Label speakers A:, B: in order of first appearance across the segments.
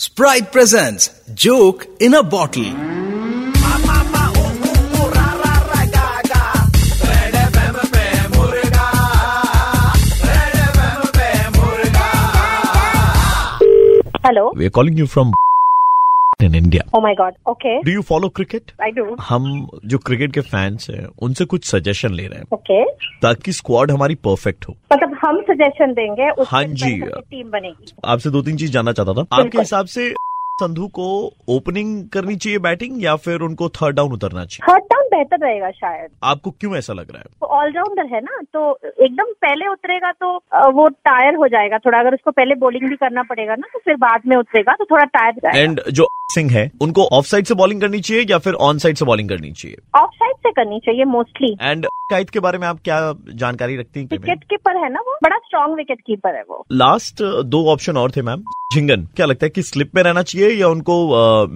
A: Sprite presents Joke in a Bottle.
B: Hello.
C: We are calling you from in India.
B: Oh my God. Okay.
C: Do you follow cricket?
B: I do.
C: हम जो cricket के fans हैं उनसे कुछ suggestion ले रहे हैं
B: Okay.
C: ताकि स्क्वाड हमारी परफेक्ट हो
B: मतलब हम सजेशन देंगे उस
C: हाँ जी।
B: टीम बनेगी
C: आपसे दो तीन चीज जानना चाहता था आपके
B: बिल्कुल।
C: हिसाब से संधू को ओपनिंग करनी चाहिए बैटिंग या फिर उनको थर्ड डाउन उतरना चाहिए
B: थर्ड डाउन बेहतर रहेगा शायद
C: आपको क्यों ऐसा लग रहा है
B: वो ऑलराउंडर है ना तो एकदम पहले उतरेगा तो अ, वो टायर हो जाएगा थोड़ा अगर उसको पहले बॉलिंग भी करना पड़ेगा ना तो फिर बाद में उतरेगा तो थोड़ा टायर जाएगा
C: एंड जो सिंह है उनको ऑफ साइड से बॉलिंग करनी चाहिए या फिर ऑन साइड से बॉलिंग करनी चाहिए
B: ऑफ साइड से करनी चाहिए मोस्टली
C: एंड कायद के बारे में आप क्या जानकारी रखती हैं
B: विकेट कीपर है ना वो बड़ा स्ट्रांग विकेट कीपर है वो
C: लास्ट uh, दो ऑप्शन और थे मैम झिंगन क्या लगता है कि स्लिप में रहना चाहिए या उनको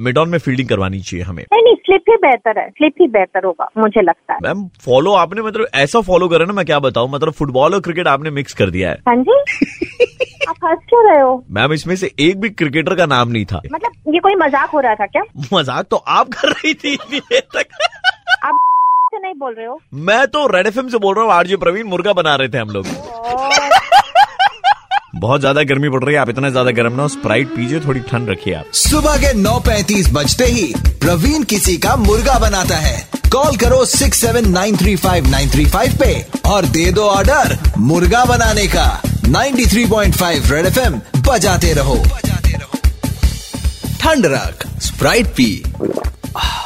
C: मिड ऑन में फील्डिंग करवानी चाहिए हमें
B: नहीं नहीं स्लिप ही बेहतर है स्लिप ही बेहतर होगा मुझे लगता है
C: मैम फॉलो आपने मतलब ऐसा फॉलो करा ना मैं क्या बताऊं मतलब फुटबॉल और क्रिकेट आपने मिक्स कर दिया है
B: हाँ जी आप हंस क्यों रहे हो
C: मैम इसमें से एक भी क्रिकेटर का नाम नहीं था
B: मतलब ये कोई मजाक हो रहा था क्या
C: मजाक तो आप कर रही थी इतनी देर तक
B: आप से नहीं बोल रहे हो
C: मैं तो रेड एफ से बोल रहा हूँ आरजे प्रवीण मुर्गा बना रहे थे हम लोग
B: और
C: बहुत ज्यादा गर्मी पड़ रही है आप इतना ज्यादा गर्म ना हो स्प्राइट पीजिए थोड़ी ठंड रखिए आप
A: सुबह के 9:35 बजते ही प्रवीण किसी का मुर्गा बनाता है कॉल करो 6793595 पे और दे दो ऑर्डर मुर्गा बनाने का 93.5 रेड एफएम बजाते रहो ठंड रख स्प्राइट पी आह।